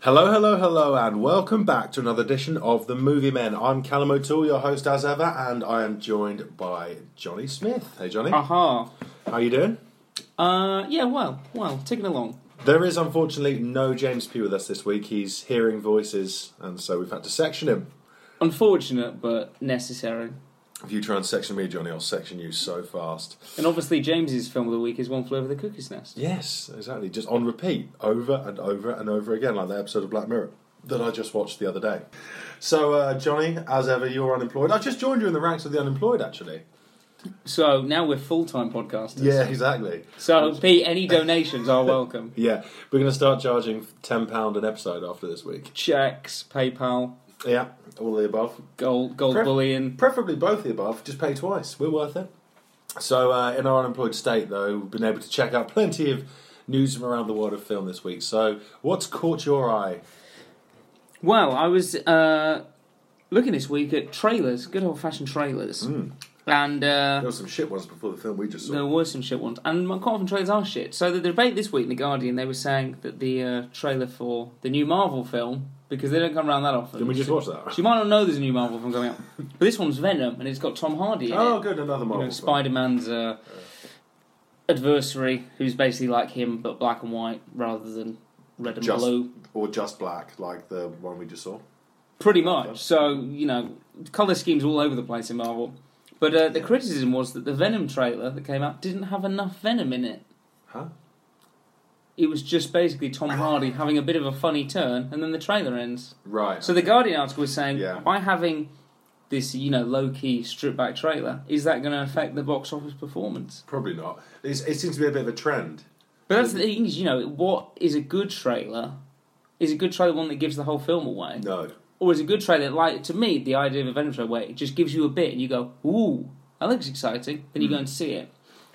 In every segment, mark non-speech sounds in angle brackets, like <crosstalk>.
Hello, hello, hello, and welcome back to another edition of The Movie Men. I'm Callum O'Toole, your host as ever, and I am joined by Johnny Smith. Hey, Johnny. Ah. Aha. How you doing? Uh, yeah, well, well, ticking along. There is unfortunately no James P with us this week. He's hearing voices, and so we've had to section him. Unfortunate, but necessary. If you try and section me, Johnny, I'll section you so fast. And obviously, James's film of the week is One Flew Over the Cuckoo's Nest. Yes, exactly. Just on repeat, over and over and over again, like that episode of Black Mirror that I just watched the other day. So, uh, Johnny, as ever, you're unemployed. I just joined you in the ranks of the unemployed, actually. So now we're full time podcasters. Yeah, exactly. So, Pete, any donations are welcome. Yeah, we're going to start charging £10 an episode after this week. Checks, PayPal, Yeah, all the above. gold, gold Pref- bullion. Preferably both the above, just pay twice. We're worth it. So, uh, in our unemployed state, though, we've been able to check out plenty of news from around the world of film this week. So, what's caught your eye? Well, I was uh, looking this week at trailers, good old fashioned trailers. And uh, There were some shit ones before the film we just saw. There were some shit ones, and quite often trailers are shit. So the debate this week in the Guardian, they were saying that the uh, trailer for the new Marvel film, because they don't come around that often. Didn't we just watch that? She might not know there's a new Marvel film coming out, but this one's Venom, and it's got Tom Hardy in <laughs> Oh, it. good, another You Marvel. know, Spider Man's uh, adversary, who's basically like him but black and white rather than red and Just- blue. film. or just black, like the one we just saw. Pretty much. So, you know, colour schemes all over the place in Marvel. But uh, the criticism was that the Venom trailer that came out didn't have enough Venom in it. Huh? It was just basically Tom Hardy having a bit of a funny turn, and then the trailer ends. Right. So the Guardian article was saying, Yeah. by having this, you know, low key stripped back trailer, is that going to affect the box office performance? Probably not. It's, it seems to be a bit of a trend. But that's the thing is, you know, what is a good trailer? Is a good trailer one that gives the whole film away? No. Or is a good trailer like to me the idea of a Venom trailer where it just gives you a bit and you go, ooh, that looks exciting. Then Mm. you go and see it.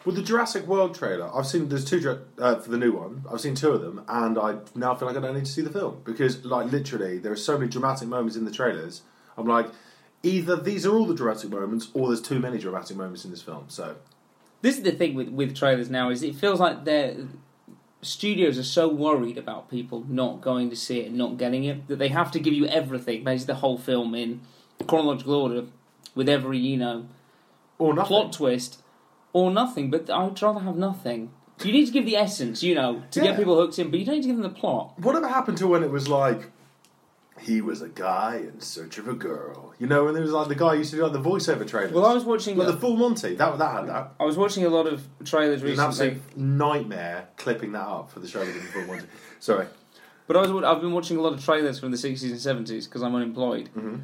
Well, the Jurassic World trailer, I've seen, there's two, dra- uh, for the new one, I've seen two of them, and I now feel like I don't need to see the film. Because, like, literally, there are so many dramatic moments in the trailers. I'm like, either these are all the dramatic moments, or there's too many dramatic moments in this film. So, This is the thing with with trailers now is it feels like they're studios are so worried about people not going to see it and not getting it that they have to give you everything, basically the whole film in chronological order, with every you know or nothing. plot twist or nothing. But I would rather have nothing. You need to give the essence, you know, to Yeah. get people hooked in, but you don't need to give them the plot. Whatever happened to when it was like he was a guy in search of a girl? You know, when there was like the guy used to do like the voiceover trailers. Well, I was watching. like the full Monty. That that had that. I was watching a lot of trailers It was recently. an absolute nightmare clipping that up for the show that did the full Monty. Sorry. But I was, I've been watching a lot of trailers from the 60s and 70s because I'm unemployed. Mm-hmm.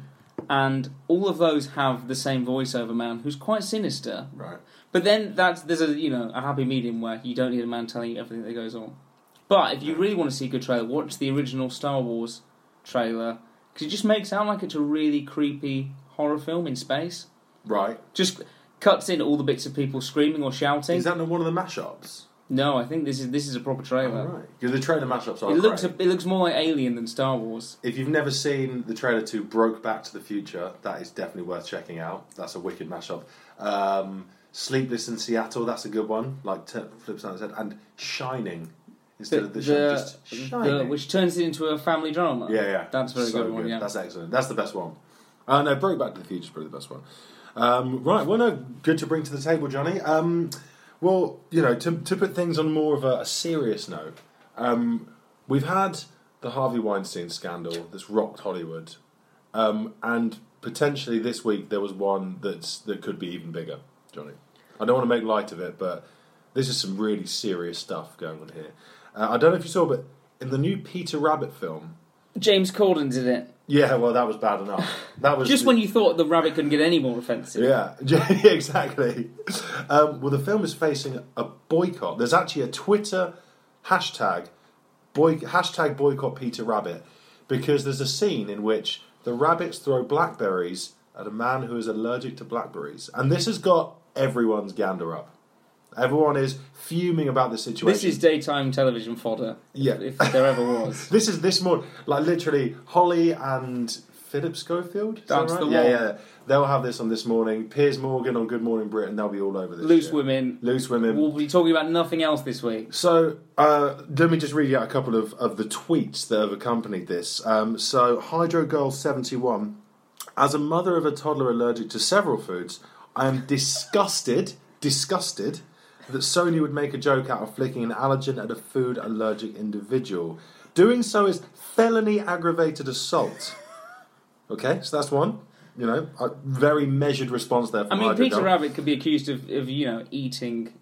And all of those have the same voiceover man who's quite sinister. Right. But then that's there's a you know a happy medium where you don't need a man telling you everything that goes on. But if you really want to see a good trailer, watch the original Star Wars trailer because it just makes out like it's a really creepy horror film in space. Right. Just cuts in all the bits of people screaming or shouting. Is that not one of the mashups? no, I think this is this is a proper trailer. Right. Because the trailer mashups are It looks great. it looks more like Alien than Star Wars. If you've never seen the trailer to Broke Back to the Future, that is definitely worth checking out. That's a wicked mashup. Um, Sleepless in Seattle, that's a good one. Like t- flips out his head. And Shining instead of the, sh- just Shining. the- which turns it into a family drama. yeah, yeah, That's a very So good one. Yeah, That's excellent. That's the best one. Uh, no, Broke Back to the Future is probably the best one. Um, right, well, no, good to bring to the table, Johnny. Um, well, you know, to, to put things on more of a, a serious note, um, we've had the Harvey Weinstein scandal that's rocked Hollywood, um, and potentially this week there was one that's that could be even bigger, Johnny. I don't want to make light of it, but this is some really serious stuff going on here. Uh, I don't know if you saw, but in the new Peter Rabbit film, James Corden did it. yeah, well, that was bad enough. That was Just when you thought the rabbit couldn't get any more offensive. yeah, <laughs> yeah, exactly. Um, well, the film is facing a boycott. There's actually a Twitter hashtag boy hashtag boycott Peter Rabbit because there's a scene in which the rabbits throw blackberries at a man who is allergic to blackberries, and this has got everyone's gander up. Everyone is fuming about the situation. This is daytime television fodder. Yeah. <laughs> If there ever was. This is this morning, like literally, Holly and Philip Schofield. Is That's that the right? yeah, one. yeah. They'll have this on this morning. Piers Morgan on Good Morning Britain. They'll be all over this. Loose shit. women. Loose women. We'll be talking about nothing else this week. So uh, let me just read you out a couple of, of the tweets that have accompanied this. Um, so Hydro Girl seventy one, as a mother of a toddler allergic to several foods, I am disgusted, disgusted that Sony would make a joke out of flicking an allergen at a food allergic individual. Doing so is felony aggravated assault. Okay, so that's one. You know, a very measured response there. From I mean, Hydro Peter Girl. Rabbit could be accused of, of you know, eating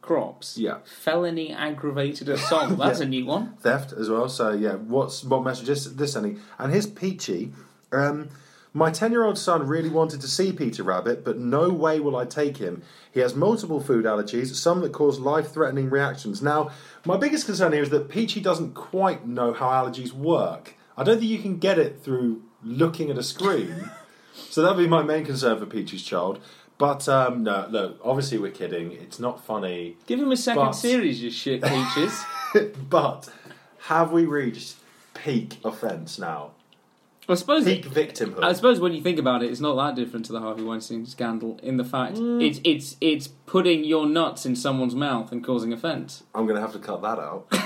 crops. Yeah. Felony aggravated assault. <laughs> That's Yeah. a new one. theft as well. So yeah, what's what message is this sending? And here's Peachy. Um, my ten-year-old son really wanted to see Peter Rabbit, but no way will I take him. He has multiple food allergies, some that cause life-threatening reactions. Now, my biggest concern here is that Peachy doesn't quite know how allergies work. I don't think you can get it through looking at a screen. So that'd be my main concern for Peachy's child. But um, no, look, obviously we're kidding. It's not funny. Give him a second But- series, you shit <laughs> peaches. But have we reached peak offence now? I suppose. Peak I victimhood. suppose when you think about it, it's not that different to the Harvey Weinstein scandal. In the fact, it's it's it's putting your nuts in someone's mouth and causing offence. I'm going to have to cut that out. <laughs>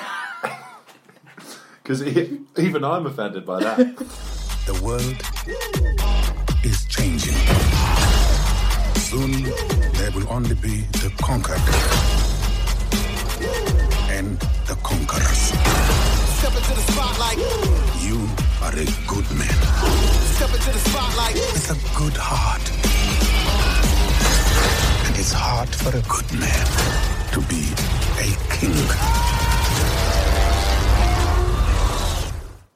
Because even I'm offended by that. The world is changing. Soon, there will only be the conquered and the conquerors. Step into the spotlight. You are a good man. Step into the spotlight. It's a good heart. And it's hard for a good man to be a king.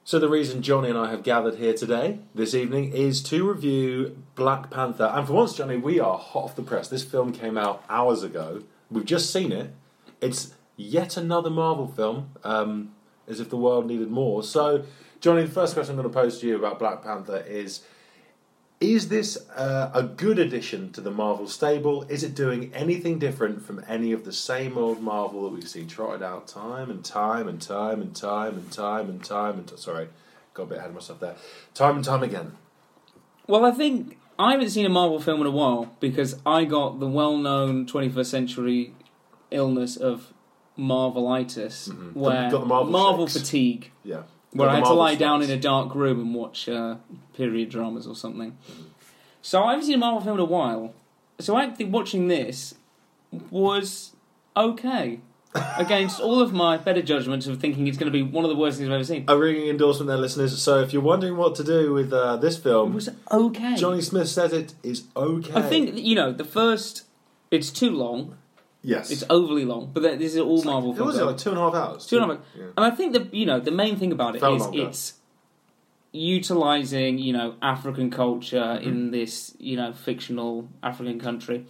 so, the reason Johnny and I have gathered here today, this evening, is to review Black Panther. And for once, Johnny, we are hot off the press. This film came out hours ago. We've just seen it. It's yet another Marvel film, um, as if the world needed more. So, Johnny, the first question I'm going to pose to you about Black Panther is Is this uh, a good addition to the Marvel stable? Is it doing anything different from any of the same old Marvel that we've seen trotted out time and time and time and time and time and time and t- sorry, got a bit ahead of myself there. Time and time again. Well, I think I haven't seen a Marvel film in a while because I got the well-known 21st century illness of Marvelitis, where Mm-hmm. got the Marvel shakes. fatigue, Yeah. where The I had to Marvel lie down in films. a dark room and watch uh, period dramas or something. So I haven't seen a Marvel film in a while. So actually, watching this was <laughs> okay against all of my better judgments of thinking it's going to be one of the worst things I've ever seen. a ringing endorsement there, listeners. So if you're wondering what to do with uh, this It film, was okay. Johnny Smith says it is okay. I think you know the first. It's too long. yes. It's overly long, but that- this is all Marvel it was films. like two and a half hours. Two and a half- Yeah. And I think the you know the main thing about it Felt is longer. it's utilizing you know African culture Mm-hmm. in this you know fictional African country,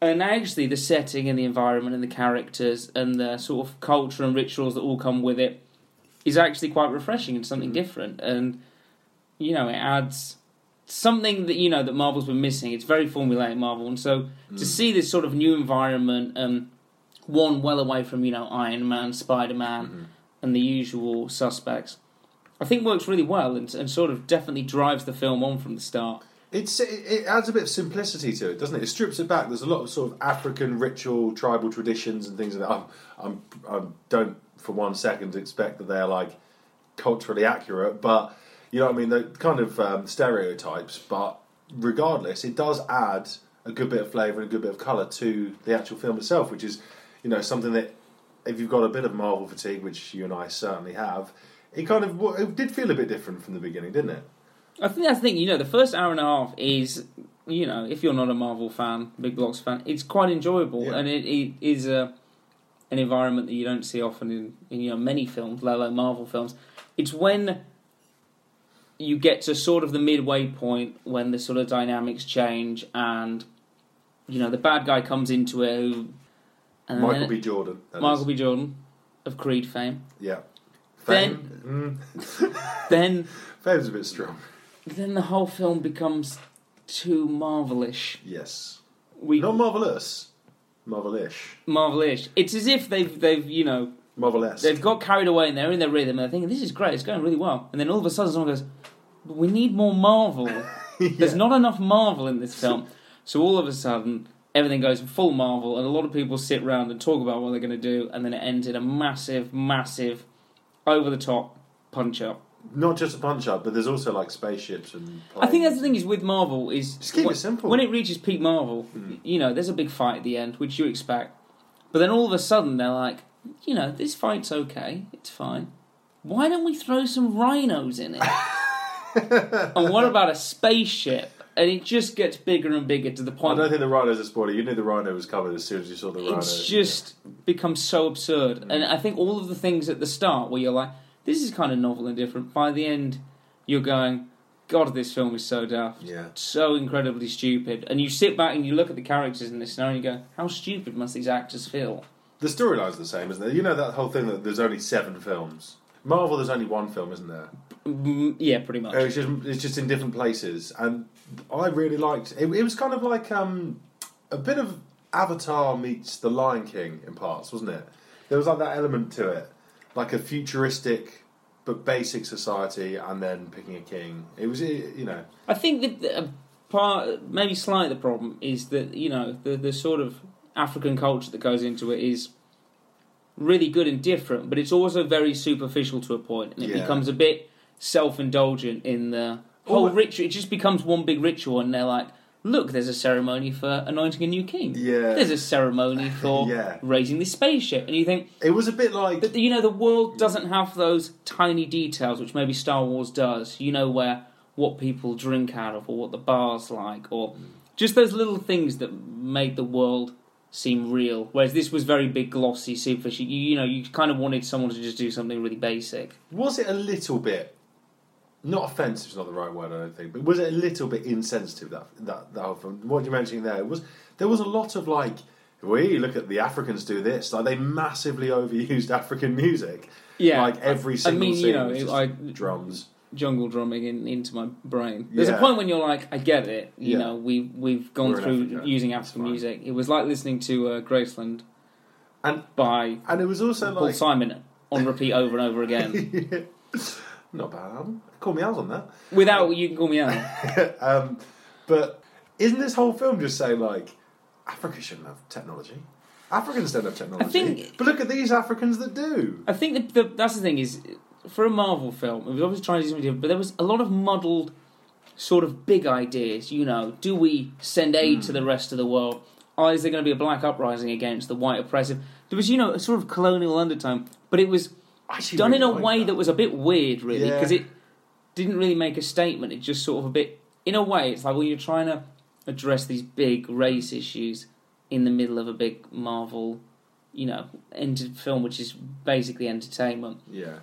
and actually the setting and the environment and the characters and the sort of culture and rituals that all come with it is actually quite refreshing and Mm-hmm. something different, and you know it adds something that you know that Marvel's been missing. It's very formulaic Marvel, and so Mm. to see this sort of new environment, um, one well away from you know Iron Man, Spider Man, and the usual suspects, I think works really well and, and sort of definitely drives the film on from the start. It's, it, it adds a bit of simplicity to it, doesn't it? It strips it back. There's a lot of sort of African ritual, tribal traditions, and things like that. I'm, I'm, I don't for one second expect that they're like culturally accurate, but you know what I mean? They're kind of um, stereotypes, but regardless, it does add a good bit of flavour and a good bit of colour to the actual film itself, which is, you know, something that if you've got a bit of Marvel fatigue, which you and I certainly have, it kind of it did feel a bit different from the beginning, didn't it? I think that's the thing. You know, the first hour and a half is, you know, if you're not a Marvel fan, big blocks fan, it's quite enjoyable, Yeah. and it, it is a an environment that you don't see often in, in you know many films, let alone Marvel films. It's when you get to sort of the midway point when the sort of dynamics change, and you know the bad guy comes into it. Who, and Michael then- B. Jordan. that Michael is. B. Jordan of Creed fame. Yeah. Then- Fame. Then Mm, fame's a bit strong. then the whole film becomes too Marvelish. Yes. We Not marvelous. Marvelish. Marvel-ish. It's as if they've they've you know Marvelous. they've got carried away and they're in their rhythm and they're thinking this is great, it's going really well, and then all of a sudden someone goes, but we need more Marvel. There's not enough Marvel in this film. So all of a sudden, everything goes full Marvel, and a lot of people sit around and talk about what they're going to do, and then it ends in a massive, massive, over the top punch up. Not just a punch up, but there's also like spaceships and. I think that's the thing is with Marvel is Just keep it when- simple. Hmm. When it reaches peak Marvel, you know, there's a big fight at the end, which you expect. But then all of a sudden they're like, you know, this fight's okay, it's fine. Why don't we throw some rhinos in it? <laughs> and what about a spaceship? And it just gets bigger and bigger to the I point don't think the rhino's a spoiler. You knew the rhino was covered as soon as you Mm. saw the rhino. it's just become so absurd. And I think all of the things at the start where you're like, this is kind of novel and different, by the end, you're going, God, this film is so daft. Yeah. So incredibly stupid. And you sit back and you look at the characters in this now and you go, how stupid must these actors feel? The storyline's the same, isn't it? You know that whole thing that there's only seven films. Marvel, there's only one film, isn't there? Mm, yeah, pretty much. Uh, It's just, it's just in different places, and I really liked. It, it was kind of like um, a bit of Avatar meets The Lion King in parts, wasn't it? There was like that element to it, like a futuristic but basic society, and then picking a king. It was, it, you know, I think that the- a part, maybe slightly the problem is that you know the the sort of African culture that goes into it is really good and different, but it's also very superficial to a point, and it Yeah. becomes a bit self indulgent in the whole Well, ritual. It just becomes one big ritual, and they're like. Look, there's a ceremony for anointing a new king. Yeah. There's a <laughs> ceremony for Yeah. raising this spaceship. And you think, it was a bit like but you know, the world doesn't have those tiny details which maybe Star Wars does. You know where what people drink out of, or what the bar's like, or just those little things that make the world seem real. Whereas this was very big, glossy, superficial. You, you know, you kind of wanted someone to just do something really basic. was it a little bit not offensive is not the right word I don't think, but was it a little bit insensitive that that, that whole film? What you're mentioning there was there was a lot of like we look at the Africans do this like they massively overused <laughs> African music. Yeah. like every I single mean, scene you know, was it- just I- drums. Jungle drumming in, into my brain. There's a Yeah. point when you're like, I get it. You Yeah. know, we we've gone We're in through Africa. using It's African fine. music. It was like listening to uh, Graceland And- by And it was also Paul like Simon on repeat over and <laughs> over again. not bad. album. Call me out on that. Without you can call me out. Um, but isn't this whole film just saying like Africa shouldn't have technology? Africans don't have technology. think- but look at these Africans that do. I think the, the, that's the thing is for a Marvel film, it was obviously trying to do something different, but there was a lot of muddled sort of big ideas. You know, do we send aid to the rest of the world? Or is there going to be a black uprising against the white oppressive? There was, you know, a sort of colonial undertone, but it was I actually done in really a like way that. was a bit weird, really, Yeah. because it didn't really make a statement. It just sort of a bit, in a way, it's like well, you're trying to address these big race issues in the middle of a big Marvel, you know, enter film, which is basically entertainment. Yeah.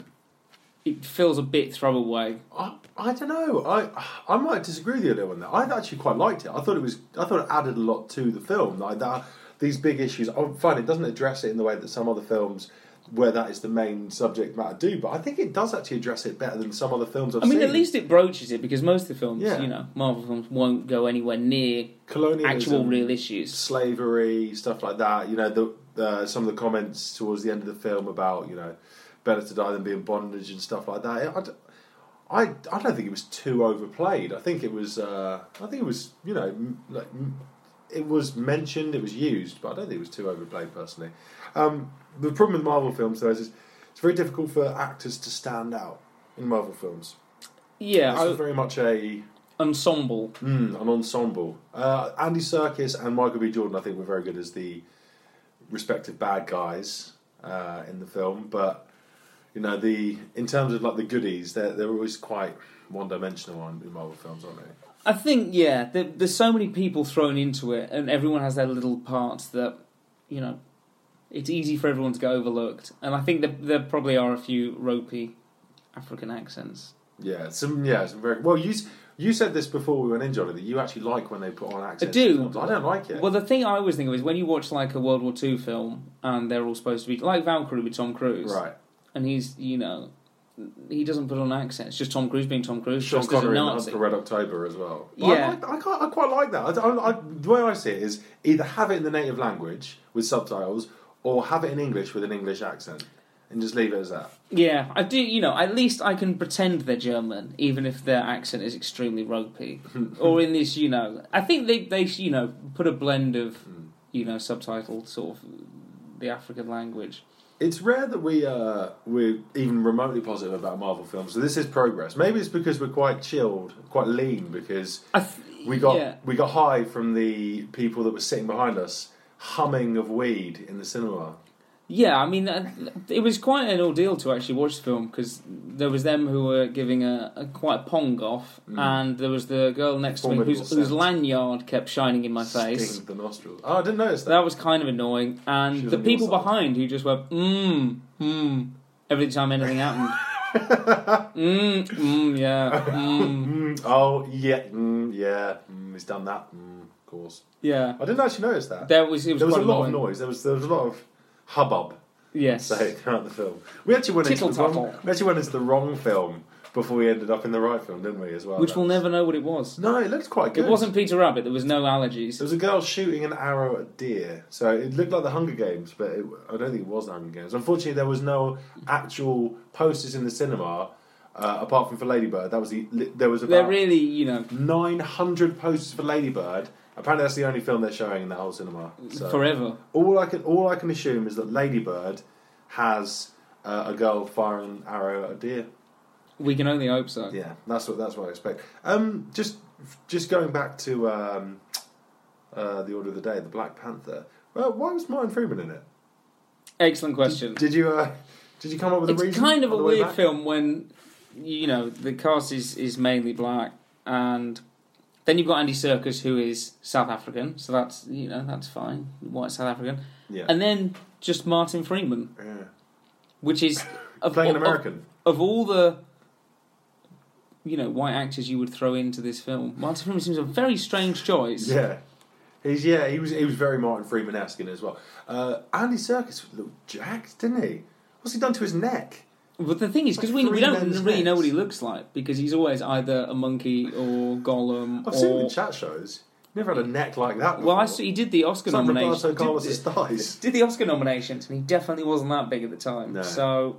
It feels a bit throwaway. I, I don't know. I I might disagree with you a little on that. I actually quite liked it. I thought it was. I thought it added a lot to the film. Like that, these big issues. I find it doesn't address it in the way that some other films, where that is the main subject matter, do. But I think it does actually address it better than some other films I've I mean, seen. at least it broaches it because most of the films, Yeah. you know, Marvel films won't go anywhere near colonialism, actual real issues. slavery, stuff like that. You know, the, the some of the comments towards the end of the film about you know, better to die than be in bondage and stuff like that. I, d- I, I don't think it was too overplayed. I think it was. Uh, I think it was. You know, m- like m- it was mentioned, it was used, but I don't think it was too overplayed personally. Um, the problem with Marvel films, though, is it's, it's very difficult for actors to stand out in Marvel films. Yeah, This I- is very much a ensemble. Mm, an ensemble. Uh, Andy Serkis and Michael B. Jordan, I think, were very good as the respective bad guys uh, in the film. But you know, the in terms of like the goodies, they're they're always quite one dimensional in Marvel films, aren't they? I think yeah, there, there's so many people thrown into it, and everyone has their little parts that you know it's easy for everyone to get overlooked. And I think that there probably are a few ropey African accents. Yeah, some yeah, some very well. You s- you said this before we went in, Johnny, that you actually like when they put on accents. I do. in films. I don't like it. Well, the thing I always think of is when you watch like a World War II film, and they're all supposed to be like Valkyrie with Tom Cruise, right, And he's you know he doesn't put on an accent. It's just Tom Cruise being Tom Cruise, Sean dressed as a Connery in Hunt Nazi. for Red October as well. But Yeah. I, like, I, quite, I quite like that. I, I, I, the way I see it is either have it in the native language with subtitles or have it in English with an English accent. and just leave it as that. Yeah, I do. You know, at least I can pretend they're German, even if their accent is <laughs> extremely ropey. or in this, you know, I think they they you know put a blend of Hmm. you know subtitled sort of the African language. It's rare that we uh, we're even remotely positive about Marvel films, so this is progress. Maybe it's because we're quite chilled, quite lean, because I th- we got yeah. we got high from the people that were sitting behind us humming of weed in the cinema. Yeah, I mean, uh, it was quite an ordeal to actually watch the film because there was them who were giving a, a quite a pong off, and there was the girl next to me Hmm. Formidable whose, whose set. lanyard kept shining in my face. Stinged the nostrils. Oh, I didn't notice that. That was kind of annoying, She and was the on your people side. behind who just went mmm mmm every time anything <laughs> happened. Mmm mmm yeah mmm Mm, oh yeah, mm, yeah. Mm, he's done that. Mm, of course. yeah. I didn't actually notice that. There was it was, There was a quite lot of annoying. noise. There was there was a lot of hubbub. <laughs> Yes, Say throughout the film, we actually went into the Tittle-tattle. wrong, we actually went into the wrong film before we ended up in the right film, didn't we? As well, which That we'll was- never know what it was. No, it looked quite good. It wasn't Peter Rabbit. There was no allergies. There was a girl shooting an arrow at deer, so it looked like the Hunger Games, but it, I don't think it was the Hunger Games. Unfortunately, there was no actual posters in the cinema uh, apart from for Ladybird. That was the li- there was They're about really you know nine hundred posters for Ladybird. Apparently, that's the only film they're showing in that whole cinema. So. forever. All I can all I can assume is that Ladybird has uh, a girl firing an arrow at a deer. We can only hope so. Yeah, that's what that's what I expect. Um, just just going back to um, uh, the order of the day, the Black Panther. Well, why was Martin Freeman in it? Excellent question. Did you uh, did you come up with a it's reason? kind of on a the way weird back? film when you know the cast is is mainly black and then you've got Andy Serkis who is South African so that's you know that's fine white South African Yeah, and then just Martin Freeman yeah. which <coughs> is of, playing an of- American. of, all the you know white actors you would throw into this film Martin Freeman seems a very strange choice Yeah. He's yeah, he was he was very Martin Freeman esque in it as well. Uh, Andy Circus looked jacked, didn't he? What's he done to his neck? but the thing is because Like we, we three don't men's really know heads. what he looks like because he's always either a monkey or Gollum I've or seen him in chat shows. Never had a neck like that. Before. Well, I saw he did the Oscar It's like nomination. Roberto Carlos's did, thighs. did the Oscar nominations, and he definitely wasn't that big at the time. No. So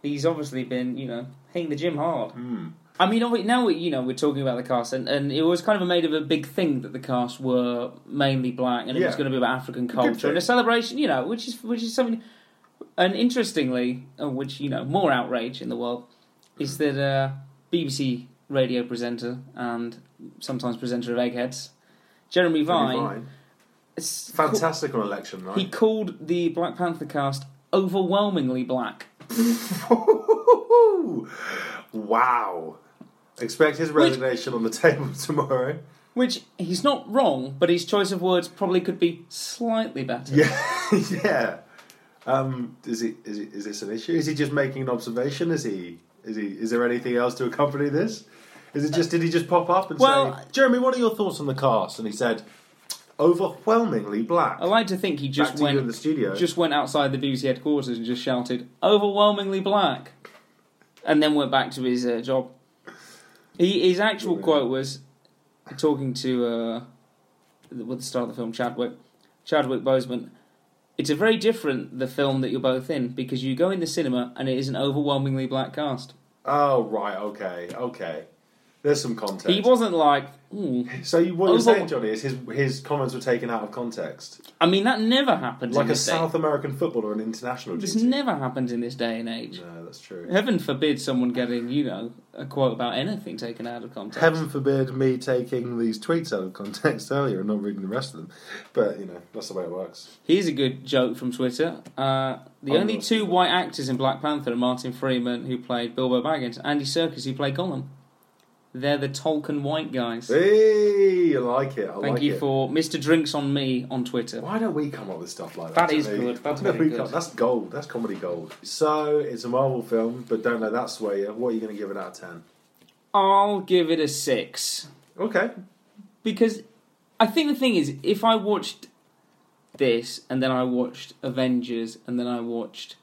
he's obviously been, you know, hitting the gym hard. Hmm. I mean, obvi- now we, you know we're talking about the cast, and, and it was kind of made of a big thing that the cast were mainly black, and it was Yeah. going to be about African thing. culture and a celebration, you know, which is which is something. And interestingly, uh, which you know, more outrage in the world is that uh, BBC radio presenter and sometimes presenter of Eggheads, Jeremy Vine, Fine. s- Fantastic on election night. <laughs> he called the Black Panther cast overwhelmingly black. wow. Expect his resignation on the table <laughs> tomorrow. Which he's not wrong, but his choice of words probably could be slightly better. Yeah, <laughs> yeah. Um, is he, is he, is this an issue? Is he just making an observation? Is he is he is there anything else to accompany this? Is it just did he just pop up and Well, say, Jeremy, what are your thoughts on the cast? And he said, overwhelmingly black. I like to think he Back just to you in the went studio. just went outside the BBC headquarters and just shouted overwhelmingly black, and then went back to his uh, job. He, his actual Brilliant. quote was talking to uh, the- with the start of the film Chadwick Chadwick Boseman. It's a very different the film that you're both in because you go in the cinema and it is an overwhelmingly black cast. oh right, okay, okay. There's some context. He wasn't like, "Ooh." so you, what you're saying, Overwhel- Johnny, is his his comments were taken out of context. I mean, that never happens. like in a this South day. American footballer in international This duty. never happens in this day and age. no, that's true. Heaven forbid someone getting, you know, a quote about anything taken out of context. Heaven forbid me taking these tweets out of context <laughs> earlier and not reading the rest of them. But you know, that's the way it works. Here's a good joke from Twitter. Uh, the Oh, only no. two white actors in Black Panther are Martin Freeman, who played Bilbo Baggins, Andy Serkis, who played Gollum. They're the Tolkien white guys. Hey, I like it. I Thank like you it. for Mr. Drinks on Me on Twitter. Why don't we come up with stuff like that? That is Johnny? good. That's Why don't we very good. come- that's gold. That's comedy gold. So it's a Marvel film, but don't let that sway you. What are you going to give it out of ten? I'll give it a six. Okay. because I think the thing is, if I watched this and then I watched Avengers and then I watched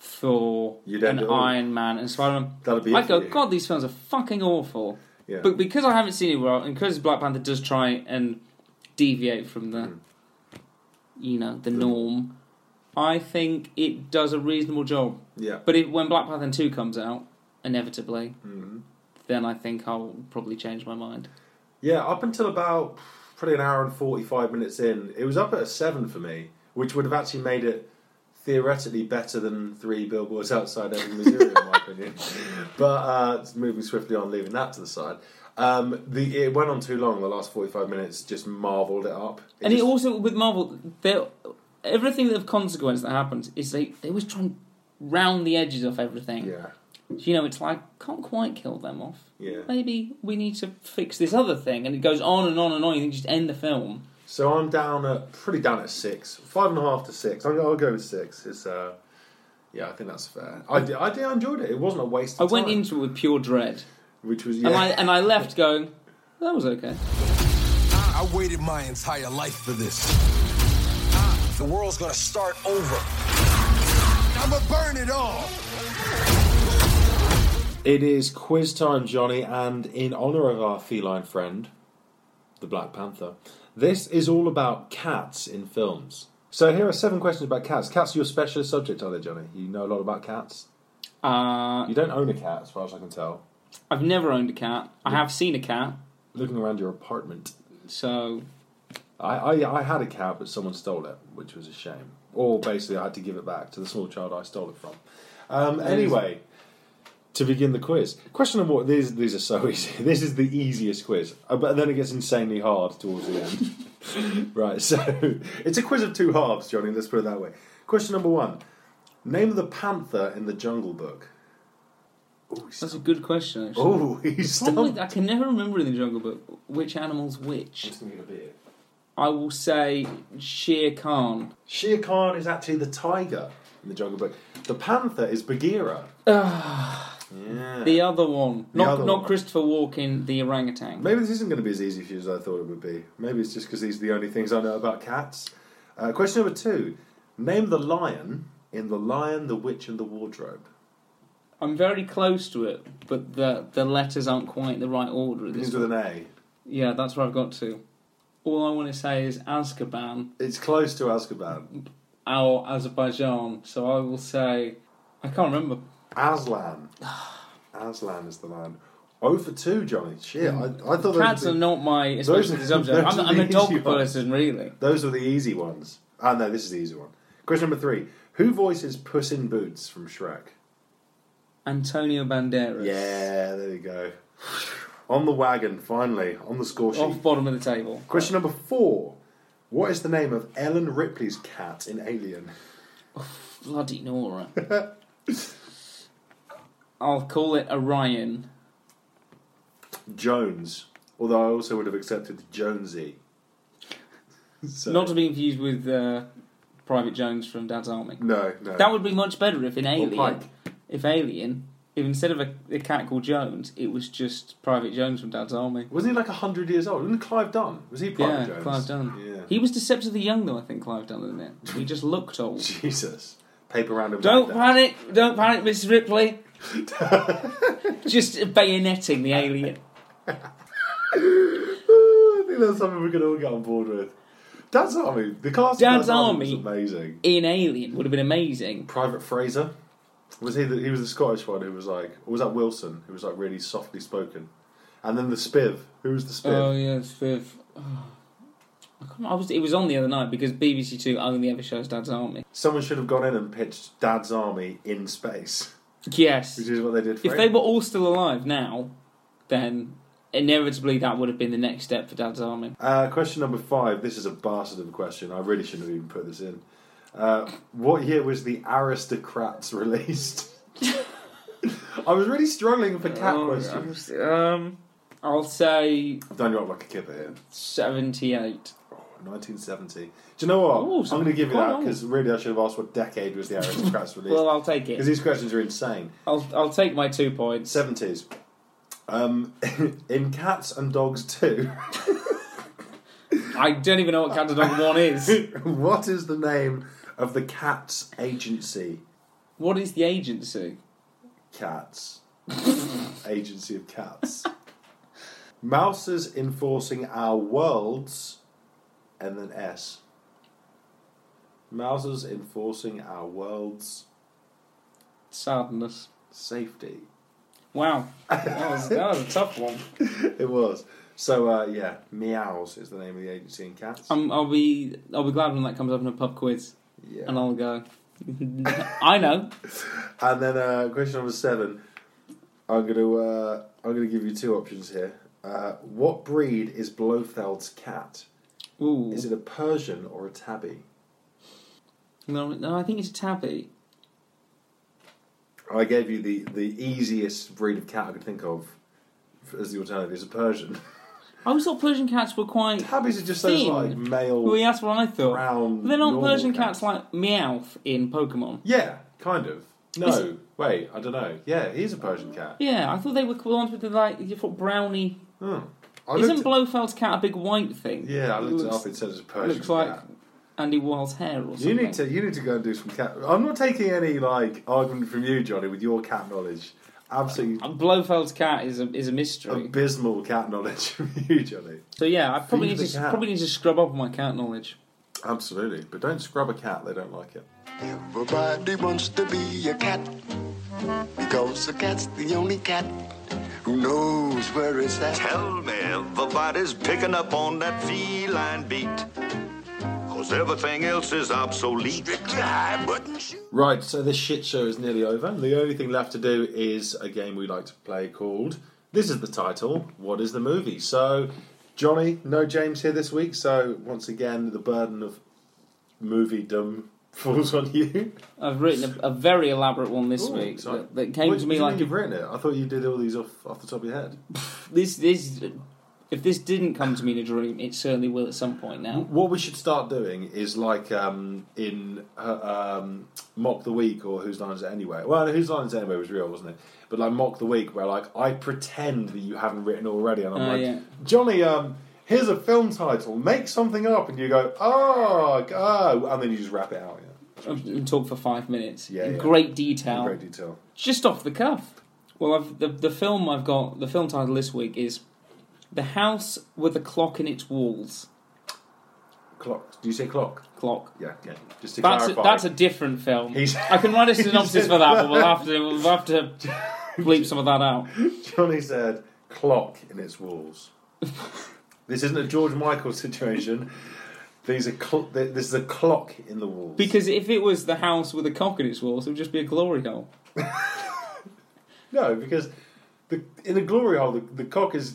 Thor You'd and end it all. Iron Man and Spider Man, That'll be it I for go, you. God, these films are fucking awful. Yeah. But because I haven't seen it well, and because Black Panther does Hmm. try and deviate from the, you know, the norm, I think it does a reasonable job. Yeah. But it, when Black Panther 2 comes out, inevitably, Mm-hmm. then I think I'll probably change my mind. Yeah, up until about probably an hour and 45 minutes in, it was up at a 7 for me, which would have actually made it theoretically better than three billboards <laughs> outside Ebbing, Missouri, in my <laughs> opinion. But uh, moving swiftly on, leaving that to the side. Um, the It went on too long, the last 45 minutes just marvelled it up. and just- it also, with Marvel, they're- everything of consequence that happens is they, they always try and round the edges off everything. Yeah, You know, it's like, can't quite kill them off. yeah. Maybe we need to fix this other thing. And it goes on and on and on. You can just end the film. So I'm down at pretty down at six, five and a half to six. I'll, I'll go with six. It's uh, yeah, I think that's fair. I did, I did I enjoyed it. It wasn't a waste. I of went time, into it with pure dread. which was yeah. And, I, and I left going, that was okay. I waited my entire life for this. The world's gonna start over. I'ma burn it all. It is quiz time, Johnny, and in honour of our feline friend, the Black Panther, this is all about cats in films. So here are seven questions about cats. Cats are your specialist subject, are they, Johnny? You know a lot about cats. Uh, You don't own a cat, as far as I can tell. I've never owned a cat. I have seen a cat, Looking around your apartment, so I, I, I had a cat, but someone stole it, which was a shame. Or basically, I had to give it back to the small child I stole it from. Um, anyway, to begin the quiz, question number one. These these are so <laughs> easy. This is the easiest quiz, Uh, but then it gets insanely hard towards the end. <laughs> right, so it's a quiz of two halves, Johnny. Let's put it that way. Question number one: Name of the panther in the Jungle Book. that's a good question. Actually. Oh, he's Probably, stumped. I can never remember in the Jungle Book which animal's which. I will say Shere Khan. Shere Khan is actually the tiger in the Jungle Book. The panther is Bagheera. yeah. Ah. The other one, not other not one. Christopher Walken, the orangutan. Maybe this isn't going to be as easy for you as I thought it would be. Maybe it's just because these are the only things I know about cats. Uh, question number two: Name the lion in *The Lion, the Witch, and the Wardrobe*. I'm very close to it, but the the letters aren't quite the right order. At this Begins with an A. Yeah, that's where I've got to. All I want to say is Azkaban It's close to Azkaban. or Azerbaijan, so I will say I can't remember. Aslan. Ah. Aslan is the lion. Oh for two, Johnny. Shit, I, I thought those Cats were are the- not my specialty those subject. I'm, are I'm a the dog easy ones. person, really. those were the easy ones. Ah, no, this is the easy one. Question number three: Who voices Puss in Boots from Shrek? Antonio Banderas. Yeah, there you <sighs> go. On the wagon, finally, on the score sheet. Off bottom of the table. Question number four. What is the name of Ellen Ripley's cat in Alien? Bloody <laughs> Nora. I'll call it Orion. Jones. Although I also would have accepted <laughs> Jonesy. So- Not to be confused with uh, Private Jones from Dad's Army. No, no. That would be much better if in Alien, Pike. if Alien, if instead of a, a cat called Jones, it was just Private Jones from Dad's Army. Wasn't he like 100 years old? Wasn't Clive Dunn? Was he Private yeah, Jones? Clive Dunn. Yeah. He was deceptively young, though. I think Clive Dunn, isn't it? He just <laughs> looked <laughs> old. Jesus. Paper round and Don't back down. panic, don't panic, <laughs> Mrs. Ripley. Just bayoneting the alien. I think that's something we could all get on board with. Dad's Army. The cast of Dad's Army. was amazing. In Alien would have been amazing. Private Fraser. Was he the, he was the Scottish one who was like, or was that Wilson who was like really softly spoken? And then the Spiv. Who was the Spiv? Oh yeah, it's fifth. <sighs> I, can't- I was. It was on the other night because BBC Two only ever shows Dad's Army. Someone should have gone in and pitched Dad's Army in space, Yes. which is what they did. For If they were all still alive now, then inevitably that would have been the next step for Dad's Army. uh, question number five. This is a bastard of a question. I really shouldn't have even put this in. Uh, what year was the Aristocrats <laughs> <laughs> released? I was really struggling for Oh, cat questions. Um, I'll say I've done you up like a kipper here. seventy-eight. 1970. Do you know what? Ooh, I'm going to give you quite that old. because really I should have asked what decade was the <laughs> Aristocrats released. Well, I'll take because it. these questions are insane. I'll I'll take my two points. 70s. Um, <laughs> in Cats and Dogs 2, I don't even know what Cat and Dog <laughs> One is. <laughs> what is the name of the Cats agency? What is the agency? <laughs> Cats. agency of Cats. Mousers enforcing our worlds, and then S. Mausers enforcing our world's Sadness. safety. <laughs> Wow. That was, that was a tough one. It was. So, uh, yeah, Meows is the name of the agency in Cats. Um, I'll be I'll be glad when that comes up in a pub quiz, yeah. and I'll go. <laughs> I know. And then uh, question number seven. I'm gonna uh, I'm gonna give you two options here. Uh, what breed is Blofeld's cat? Ooh. Is it a Persian or a tabby? No, no, I think it's a tabby. I gave you the, the easiest breed of cat I could think of f- as the alternative. It's a Persian. <laughs> I always thought Persian cats were quite. Tabbies are just those Thin. like male. Well, yeah, that's what I thought. Brown, They're not normal Persian cats. cats like Meowth in Pokemon. Yeah, kind of. No, Is it- wait, I don't know. Yeah, he's a Persian cat. Yeah, I thought they were the ones with the like you thought brownie. I Isn't looked- Blofeld's cat a big white thing? yeah, I looked it, looks- up. It says it's a Persian Looks like cat. Andy Wilde's hair or something. You need to you need to go and do some cat. I'm not taking any like argument from you, Johnny, with your cat knowledge. Absolutely Uh, Blofeld's cat is a is a mystery. abysmal cat knowledge <laughs> from you, Johnny. so yeah, I probably Feed need the to cat. probably need to scrub up on my cat knowledge. Absolutely, but don't scrub a cat; they don't like it. Everybody wants to be a cat because a cat's the only cat who knows where it's at. Tell me everybody's picking up on that feline beat. Cause everything else is obsolete. I wouldn't shoot. Right, so this shit show is nearly over. The only thing left to do is a game we like to play called "This is the title." What is the movie? So, Johnny, no James here this week. So once again, the burden of movie dumb <laughs> falls on you. I've written a, a very elaborate one this Ooh, week sorry. that, that came What- to what me do you like mean a you've written it. I thought you did all these off off the top of your head. this this if this didn't come to me in a dream, it certainly will at some point now. What we should start doing is like um, in uh, um, mock the week or whose line is it anyway? Well, whose line is it anyway was real, wasn't it? But like mock the week, where like I pretend that you haven't written already, and I'm Oh, like, yeah. Johnny, um, here's a film title, make something up, and you go, oh, oh, and then you just wrap it out, yeah, And talk for five minutes Yeah, in yeah. great detail, in great detail. just off the cuff. Well, I've, the the film I've got the film title this week is "The House with a Clock in Its Walls." Clock? Do you say clock? Clock. Yeah, yeah. Just to That's a, clarify, that's a different film. He's- I can <laughs> write a he's synopsis for that, but we'll have to we'll have to <laughs> bleep some of that out. Johnny said, clock in its walls. <laughs> this isn't a George Michael situation. These are cl- th- this is a clock in the walls. Because if it was the house with a cock in its walls, it would just be a glory hole. no, because the, in the glory hole, the, the cock is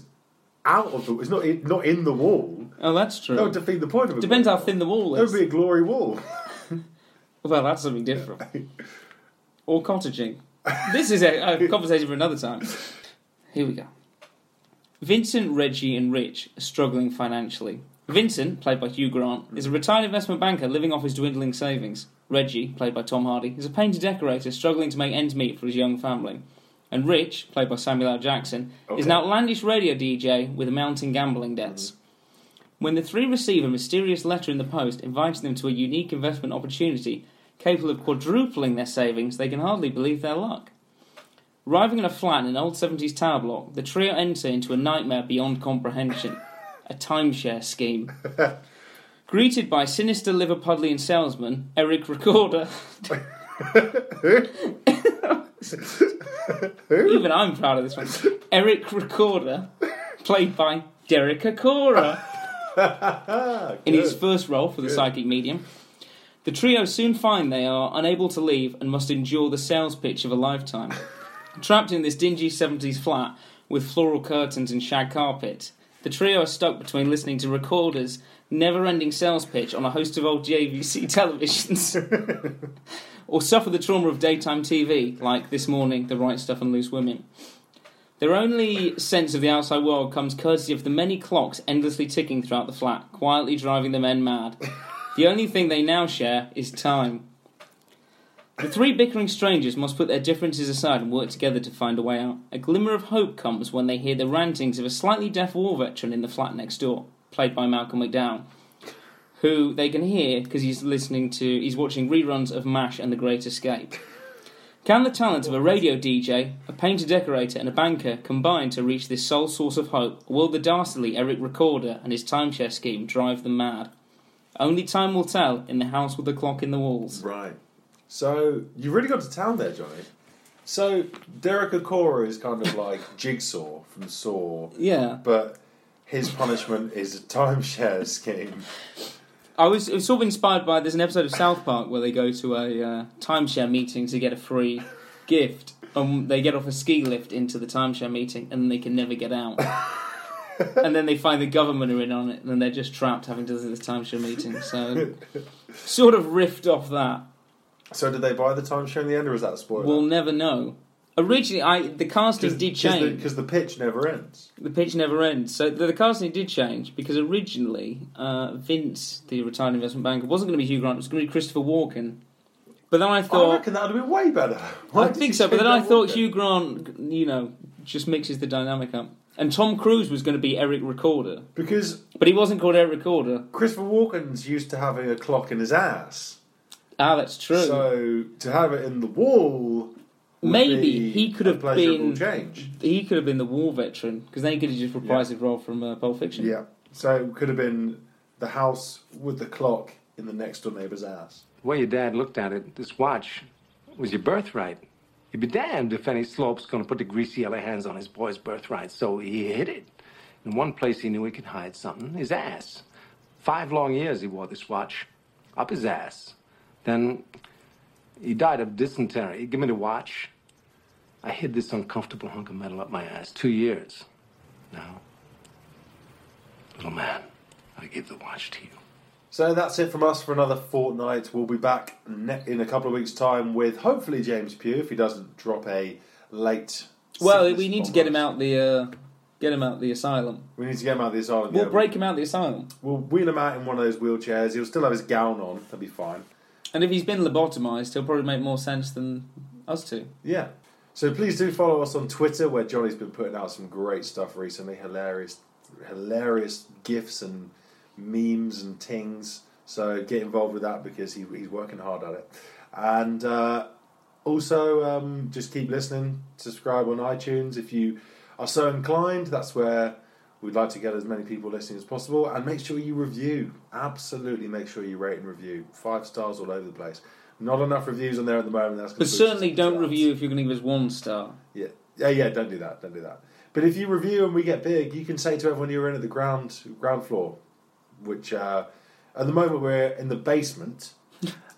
out of the. It's not in, not in the wall. Oh, that's true. That would defeat the point of it. Depends how thin the wall That is. would be a glory <laughs> wall. <laughs> Well, that's something different. or cottaging. This is a, a conversation for another time. Here we go. Vincent, Reggie, and Rich are struggling financially. Vincent, played by Hugh Grant, is a retired investment banker living off his dwindling savings. Reggie, played by Tom Hardy, is a painter decorator struggling to make ends meet for his young family. And Rich, played by Samuel L. Jackson, is an Okay. outlandish radio DJ with mounting gambling debts. When the three receive a mysterious letter in the post inviting them to a unique investment opportunity capable of quadrupling their savings, they can hardly believe their luck. Arriving in a flat in an old 70s tower block, the trio enter into a nightmare beyond comprehension a timeshare scheme. Greeted by sinister Liverpudlian salesman Eric Recorder. Even I'm proud of this one. Eric Recorder, played by Derek Acora in his first role for the psychic medium. The trio soon find they are unable to leave and must endure the sales pitch of a lifetime. Trapped in this dingy 70s flat with floral curtains and shag carpet, the trio are stuck between listening to recorders' never ending sales pitch on a host of old JVC <laughs> televisions or suffer the trauma of daytime TV like This Morning, The Right Stuff, and Loose Women. Their only sense of the outside world comes courtesy of the many clocks endlessly ticking throughout the flat, quietly driving the men mad. The only thing they now share is time. The three bickering strangers must put their differences aside and work together to find a way out. A glimmer of hope comes when they hear the rantings of a slightly deaf war veteran in the flat next door, played by Malcolm McDowell, who they can hear because he's listening to, he's watching reruns of MASH and The Great Escape. Can the talents of a radio DJ, a painter decorator, and a banker combine to reach this sole source of hope? Or will the dastardly Eric Recorder and his timeshare scheme drive them mad? Only time will tell in the house with the clock in the walls. Right. So you really got to town there, Johnny. So Derek Okora is kind of like Jigsaw from Saw, Yeah. but his punishment is a timeshare scheme. I was, it was sort of inspired by there's an episode of South Park where they go to a uh, timeshare meeting to get a free gift, and they get off a ski lift into the timeshare meeting, and they can never get out. and then they find the government are in on it, and then they're just trapped having to listen to this timeshare meeting. So, sort of riffed off that. So did they buy the timeshare in the end, or is that a spoiler? We'll never know. Originally, I the casting did change. because the, pitch never ends. The pitch never ends. So the, the casting did change because originally uh, Vince, the retired investment banker, wasn't going to be Hugh Grant. It was going to be Christopher Walken. But then I I thought, reckon that would have been way better. <laughs> I, Oh, Why did think you so. But change then I that thought one Hugh Grant, you know, just mixes the dynamic up. And Tom Cruise was going to be Eric Recorder, because but he wasn't called Eric Recorder. Christopher Walken's used to having a clock in his ass. Ah, that's true. So to have it in the wall, would Maybe be he could a have pleasurable been change. He could have been the war veteran because then he could have just reprised his role from uh, Pulp Fiction. Yeah. So it could have been the house with the clock in the next door neighbour's ass. The way your dad looked at it, this watch was your birthright. You'd be damned if any slope's gonna put the greasy yellow hands on his boy's birthright, so he hid it. In one place he knew he could hide something, his ass. Five long years he wore this watch, up his ass. Then he died of dysentery. He gave me the watch. I hid this uncomfortable hunk of metal up my ass two years. Now, little man, I give the watch to you. So that's it from us for another fortnight. We'll be back ne- in a couple of weeks' time with hopefully James Pugh if he doesn't drop a late. Well, sickness we need to bomb get him rush. out the uh, get him out the asylum. We need to get him out of the asylum. We'll yeah. break him out the asylum. We'll wheel him out in one of those wheelchairs. He'll still have his gown on. That'll be fine. And if he's been lobotomized, he'll probably make more sense than us two. Yeah. So please do follow us on Twitter, where Johnny's been putting out some great stuff recently. Hilarious, hilarious gifs and memes and tings. So get involved with that because he, he's working hard at it. And uh, also, um, just keep listening. Subscribe on iTunes if you are so inclined. That's where we'd like to get as many people listening as possible. And make sure you review. Absolutely, make sure you rate and review. Five stars all over the place. Not enough reviews on there at the moment. That's gonna But boost us certainly up don't the charts. review if you're going to give us one star. Yeah, yeah, yeah. Don't do that. Don't do that. But if you review and we get big, you can say to everyone you're in at the ground ground floor, which uh, at the moment we're in the <laughs> basement,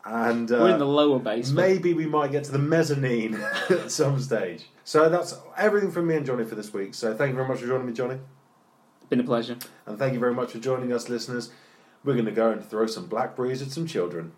and uh, We're in the lower basement. maybe we might get to the mezzanine <laughs> at some stage. So that's everything from me and Johnny for this week. So thank you very much for joining me, Johnny, Been a pleasure. and thank you very much for joining us, listeners. We're going to go and throw some blackberries at some children.